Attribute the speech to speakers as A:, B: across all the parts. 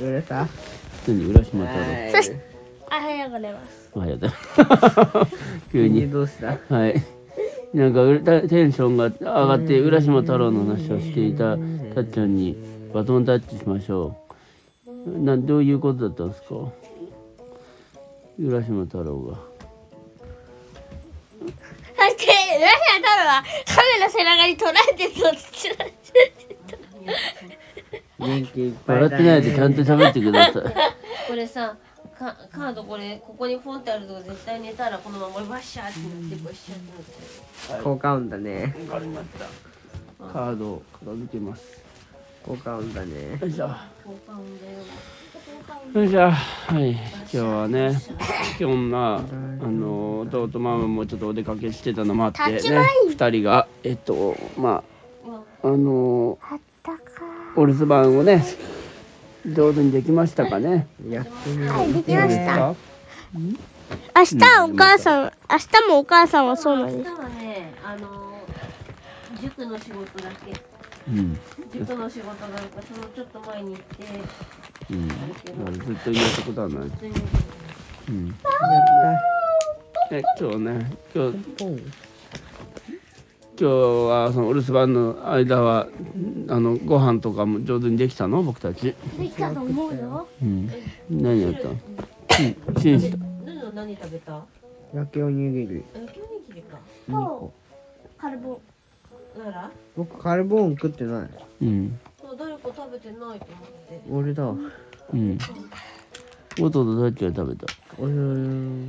A: 浦さん。
B: 何浦島太
C: おはようございます。
B: 郎おはようだ 急に
A: どうした。
B: はいなんかうらテンションが上がって浦島太郎の話をしていたたっちゃんにバトンタッチしましょうなんどういうことだったんですか浦島太郎が
C: そして、ラシア太郎はカメの背中に捉えてるのを知られて
A: 元気いっぱい
B: 笑
A: だ、ね。
B: ってないでちゃんと喋ってください
D: これさカカードこれここにポンってあるとこ絶対寝たらこのままバッシャーってなってバッシャーってなって
A: 効果音だね。
B: わかりました カードを片付けます
A: 効果音だね。
B: よいしょ
D: 交換音だよ
B: よいしょはい今日はね今日まああの弟ママもちょっとお出かけしてたのもあってね
C: 立ち前
B: 2人がえっとま
D: うわ
B: ああの
C: あったか
B: お留守番をね上手にできましたかね
A: やってみよ
C: い。でき
B: どう
C: ま
B: で
C: し
B: す
C: た。
B: か
C: 明日お母さん、明日もお母さんはそうなん
D: 明
C: で
D: 日
C: す。
D: はねあの塾の仕事だけ
B: うん
D: 塾の仕事があるからそのちょっと前に行って
B: うんだからずっと言うってことはない
D: 普通に
B: うんえ今日ね今日今日はそのお留守番の間はあのご飯とかも上手にできたの僕たち
C: できたと思うよ。
B: うん何やったのうんチンした
D: ヌの何食べた
A: 焼きおにぎり。
D: え今日に切りか
C: と、カルボ。
D: なら
A: 僕カルボーン食ってない。
B: うん
D: そう誰か食べてないと思って
A: 俺だ。おい
B: うん弟とさっきは食べた
A: おいおい
B: 今日
D: でかって焼きおにぎり食べた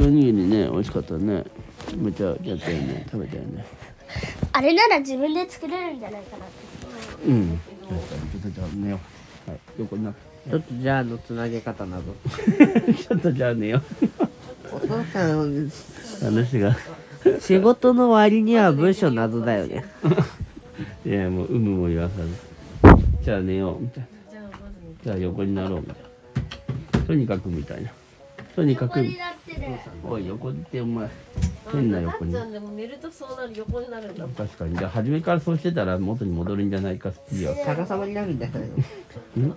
B: おにぎりね美味しかったねめっちゃやったよね食べたよね
C: あれなら自分で作れるんじゃないかなって。
B: うんちょっとじゃあ寝ようはい横にな
A: ちょっとじゃあのつなげ方など。
B: ちょっとじゃあ寝よ
A: お父さん、
B: う話が
A: 仕事の割には文章などだよね。
B: いやもう有無も言わさずじゃあ寝ようみたいな
D: じゃあまず
B: じゃあ横になろうみたいなとにかくみたいなとにかく
C: なってね。
B: おい横ってお前
D: あ
B: 変な横に
D: たっちゃんでも寝るとそうなる横になるんだ
B: 確かにじゃあ初めからそうしてたら元に戻るんじゃないかっていう
A: 逆さまになるんじゃないの。
B: ん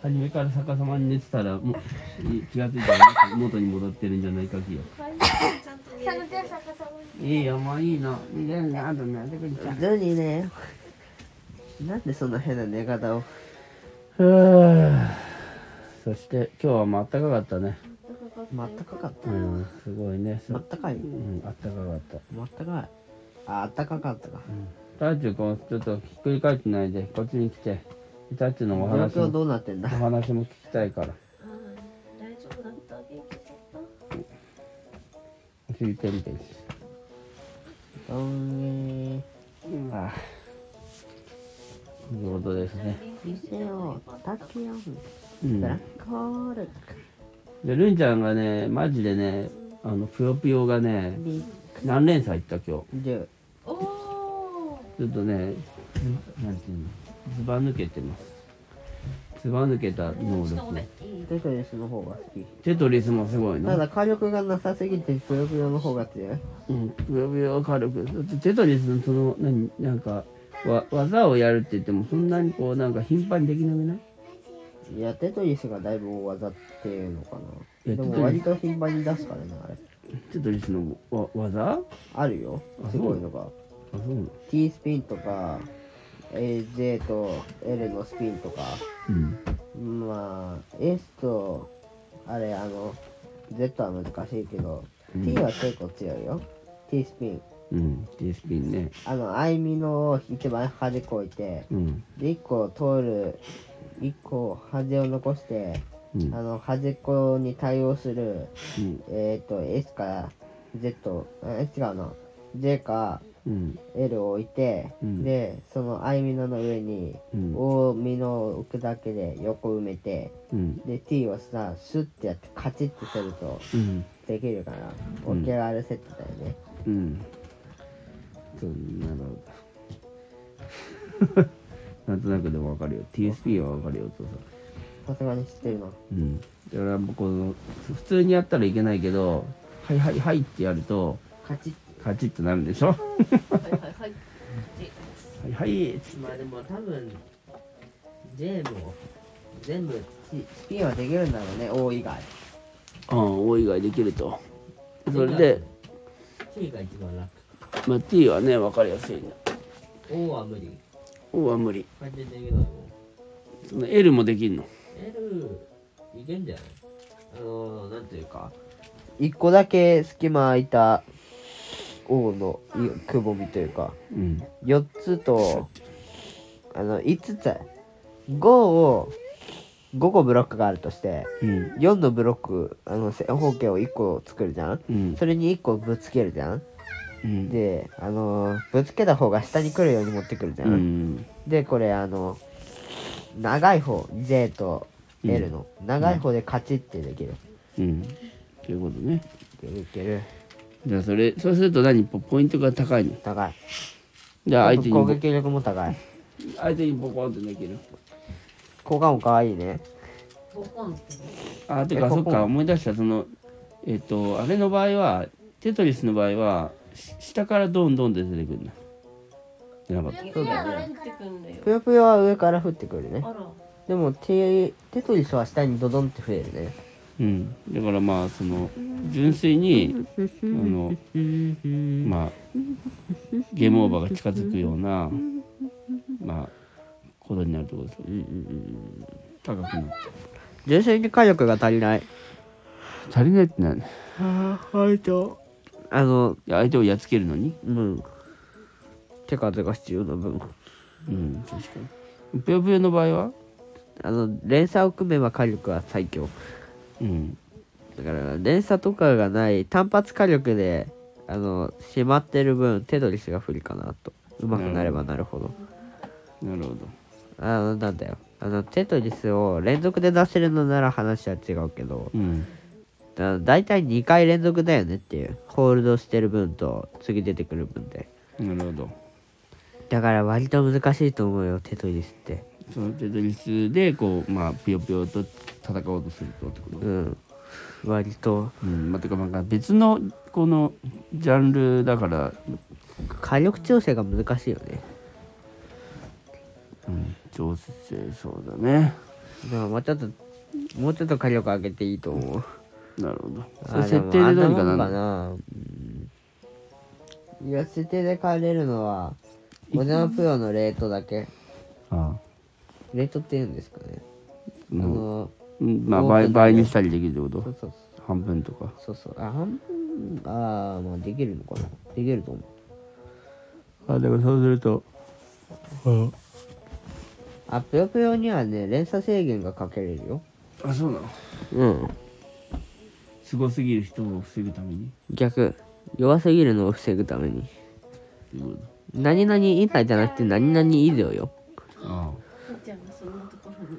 B: 初めから逆さまに寝てたらもうい気がついたら元に戻ってるんじゃないかきよ
D: ちゃんと寝
C: サ
D: る
C: ムテンサカサム。
B: いいよもういいの逃げるなあとなってくるじゃん
A: なにね。なんでそんな変な寝方を。
B: ふぅそして今日はもうあったかかったね
A: まったかかった
B: う。んすごいねそ
A: まったかい。
B: うんあったかかった
A: まったかい。あ、あったかかったか。
B: タッチこうちょっとひっくり返ってないでこっちに来てタッチのお
A: 状
B: 話
A: 況
B: も
A: どうなってんだ
B: お。話も聞きたいから
D: うん大丈夫だった元気だった
B: 教えてみて
A: うーん。
B: うんああということですね
A: 店を叩き合う。
B: う
A: ブ
B: ん
A: ラ
B: で
A: ックホール。
B: ルンちゃんがねマジでねあのぷよぷよがね
A: ビ
B: 何連載行った今日
A: ッグ。
D: おお
B: ちょっとね、なんていうの、ずば抜けてます。ずば抜けた能
D: ちょっと
B: 力
D: ごめん。いい
A: テトリスの方が好き。
B: テトリスもすごい
A: た
B: な。
A: だ火力がなさすぎてぷよぷよの方が強い。
B: うん、ぷよぷよ火力。だってテトリスのその、何、なんか、わ技をやるって言っても、そんなにこう、なんか頻繁にできなくない
A: いや、テトリスがだいぶ大技っていうのか
B: いや
A: な。でも割と頻繁に出すからね、あれ。
B: テトリスのわ技あ、
A: あるよ。
B: あ
A: すごいのが。
B: そうなの
A: T スピンとか、AJ と L のスピンとか、
B: うん。
A: まあ、S と、あれ、あの、Z は難しいけど、T は結構強いよ。T スピン。
B: うん、T スピンね。
A: あの、あいみの一番端こいて、
B: うん。
A: で、一個通る、一個端を残して、
B: うん。
A: あの、端っこに対応する、
B: うん。
A: えっ、と、S から Z、え違うな、J か
B: うん。
A: L を置いて、
B: うん
A: で、そのアイミノの上に、
B: うん
A: 大ミノを置くだけで横埋めて、
B: うん。
A: で、T をさ、シュッてやって、カチッてすると
B: うん。
A: できるから、
B: う
A: お
B: ん
A: 手軽セットだよね。
B: うん。そうなるほど。 なんとなくでもわかるよ。TSP はわかるよとさ。
A: さすがに知ってるの。
B: うん。だからもうこの普通にやったらいけないけど、はいはいはいってやると、
A: カチッて。
B: カチッとなるんでしょは
D: はいはいはい。
B: いはい
A: まあでも多分全部を全部チスピンはできるんだろうね O 以外
B: うん大以外できるとそれで、
A: T が一番楽
B: まあ、T はね分かりやすいんだ
A: O は無理
B: O は無理
A: 完全にできないもん
B: その L もできんの
A: L いけんじゃないあのー、なんていうか一個だけ隙間空いた O のいくぼみというか
B: うん
A: 4つとあの5つ5を5個ブロックがあるとして
B: うん
A: 4のブロックあの正方形を1個作るじゃん
B: うん
A: それに1個ぶつけるじゃん
B: うん
A: であのーぶつけた方が下に来るように持ってくるじゃ、
B: うんん
A: でこれあの長い方 J と L の、長い方でカチッてできる、
B: うんということね
A: いけるいける
B: じゃあそれそうすると何ポポイントが高いの
A: 高い
B: じゃあ相手に
A: 攻
B: ボ
A: 撃力も 高い
B: 相手にボコンってできる
A: 効果も可愛いね
D: ポコンって。
B: あてか
A: えポ
B: そ
A: コ
B: っ
A: ン
B: か思い出したそのえっ、とあれの場合はテトリスの場合はし下からドンドンって出てくるんだじゃなかった
A: そうだね
D: ね。ってくんだよ。
A: ぷよぷよは上から降ってくるね
D: あら。
A: でもテテトリスは下にドドンって増えるね
B: うんだからまあその純粋にあのまあゲームオーバーが近づくようなまあことになるってことですよ高くなって
A: 純粋に火力が足りない
B: 足りないってなんだい
A: ああ相手あの
B: や相手をやっつけるのに
A: うん手数が必要な分
B: うん確かにぷよぷよの場合は
A: あの連鎖を組めば火力は最強
B: うん
A: だから連鎖とかがない単発火力であの閉まってる分テトリスが不利かなと上手くなればなるほど、
B: なるほど
A: あのなんだよあのテトリスを連続で出せるのなら話は違うけど
B: うん
A: だ大体2回連続だよねっていうホールドしてる分と次出てくる分で
B: なるほど
A: だから割と難しいと思うよテトリスって
B: そのテトリスでこうまあぷよぷよと戦おうとするとってこと
A: うん割と
B: うんまあ、てかなんか別のこのジャンルだから、
A: 火力調整が難しいよね
B: うん、調節そうだね
A: だからもうちょっともうちょっと火力上げていいと思う
B: なるほどそ
A: あ
B: れ
A: ー
B: 設定でどうにか
A: もあ
B: なんる
A: もんうんいや設定で帰れるのはオジャンプヨのレートだけ
B: あ
A: レートって言うんですかね、
B: あ
A: あ
B: も
A: の
B: ううんまあ
A: もうちょ
B: 倍
A: っとね
B: 倍にしたりできるってこ
A: そう
B: と
A: そう
B: 半分とか
A: そうそうあ半分ああまあできるのかなできると思う
B: あでもそうすると
A: あぷよぷよにはね連鎖制限がかけれるよ
B: あそうなの
A: うん
B: すごすぎる人を防ぐために
A: 逆弱すぎるのを防ぐために
B: っていうこと
A: 何々以内じゃなくて何々以上よ
B: あ
D: ふーちゃんがそんなところに。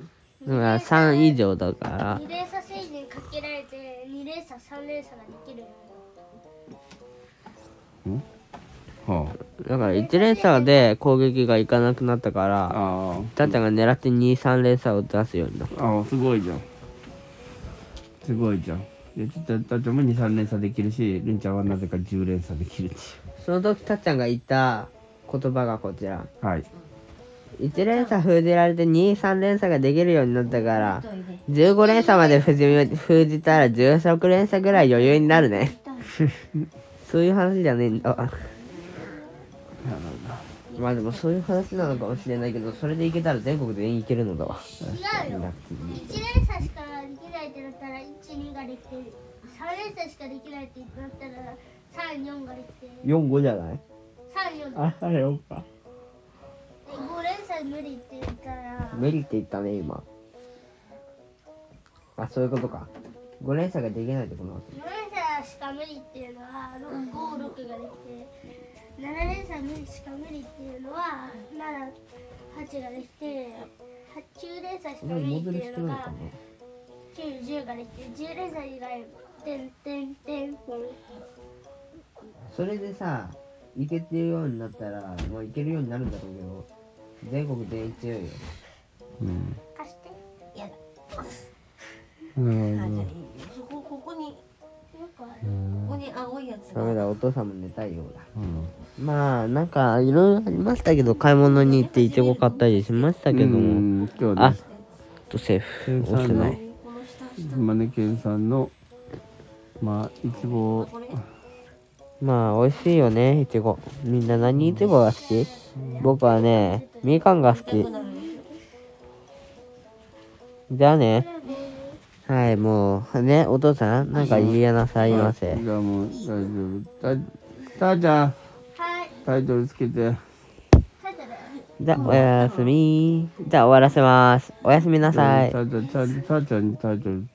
A: だから3以上だから
C: 二連鎖制限かけられて二連鎖三連鎖ができるよ
B: あは
A: だから1連鎖で攻撃がいかなくなったから
B: ああ
A: たっちゃんが狙って2、3連鎖を出すようになる。
B: ああすごいじゃんすごいじゃんでちょっとたっちゃんも23連鎖できるしるんちゃんはなぜか10連鎖できるってい
A: その時たっちゃんが言った言葉がこちら。
B: うはい
A: 1連鎖封じられて2、3連鎖ができるようになったから、
D: トイレ。
A: 15連鎖まで封じ封じたら16連鎖ぐらい余裕になるね。そういう話じゃねえんだわ。
B: なるほど
A: まあでもそういう話なのかもしれないけど、それでいけたら全国全員いけるのだわ。
C: 違うよ一連鎖しかできないってなったら一二ができてる三連鎖しかできないってなったら三四ができてる
A: 4、5じゃない
C: 三四
A: あ、4か。
C: 五連鎖無理って言ったら
A: 無理って言ったね、今。あ、そういうことか。5連鎖ができないってことなの
C: 7連鎖しか無理っていうのは56ができて7連鎖無理しか無理っていうのは78ができて9連鎖しか無理っていうのが910ができて10連鎖以外てんてんてんぽん
A: それでさ行けてるようになったらまあ行けるようになるんだろうけど全国全員強いよ
B: うん
C: 貸して
D: やだ。
B: なる
D: あじゃあいいよそこここに
C: よくある
D: ここにに青いやつ
A: ダメだお父さんも寝たいようだ
B: うん
A: まあなんかいろいろありましたけど買い物に行っていてこかったりしましたけど
B: う
A: も
B: ん今日は
A: あ
B: ね
A: とセーフ押してない
D: この下
B: マネケンさんのまあいちご
D: これ
A: まあ美味しいよねいちごみんな何いちごが好き僕はねみかんが好き
D: なる
A: じゃあねはいもうねお父さんなんか言いやなさいませ
B: じゃあもう大丈夫だたーちゃん
C: はい。
B: タイトルつけて
C: タイトル。
A: じゃあおやすみじゃあ終わらせますおやすみなさい
B: ターちゃんターちゃんにタイトル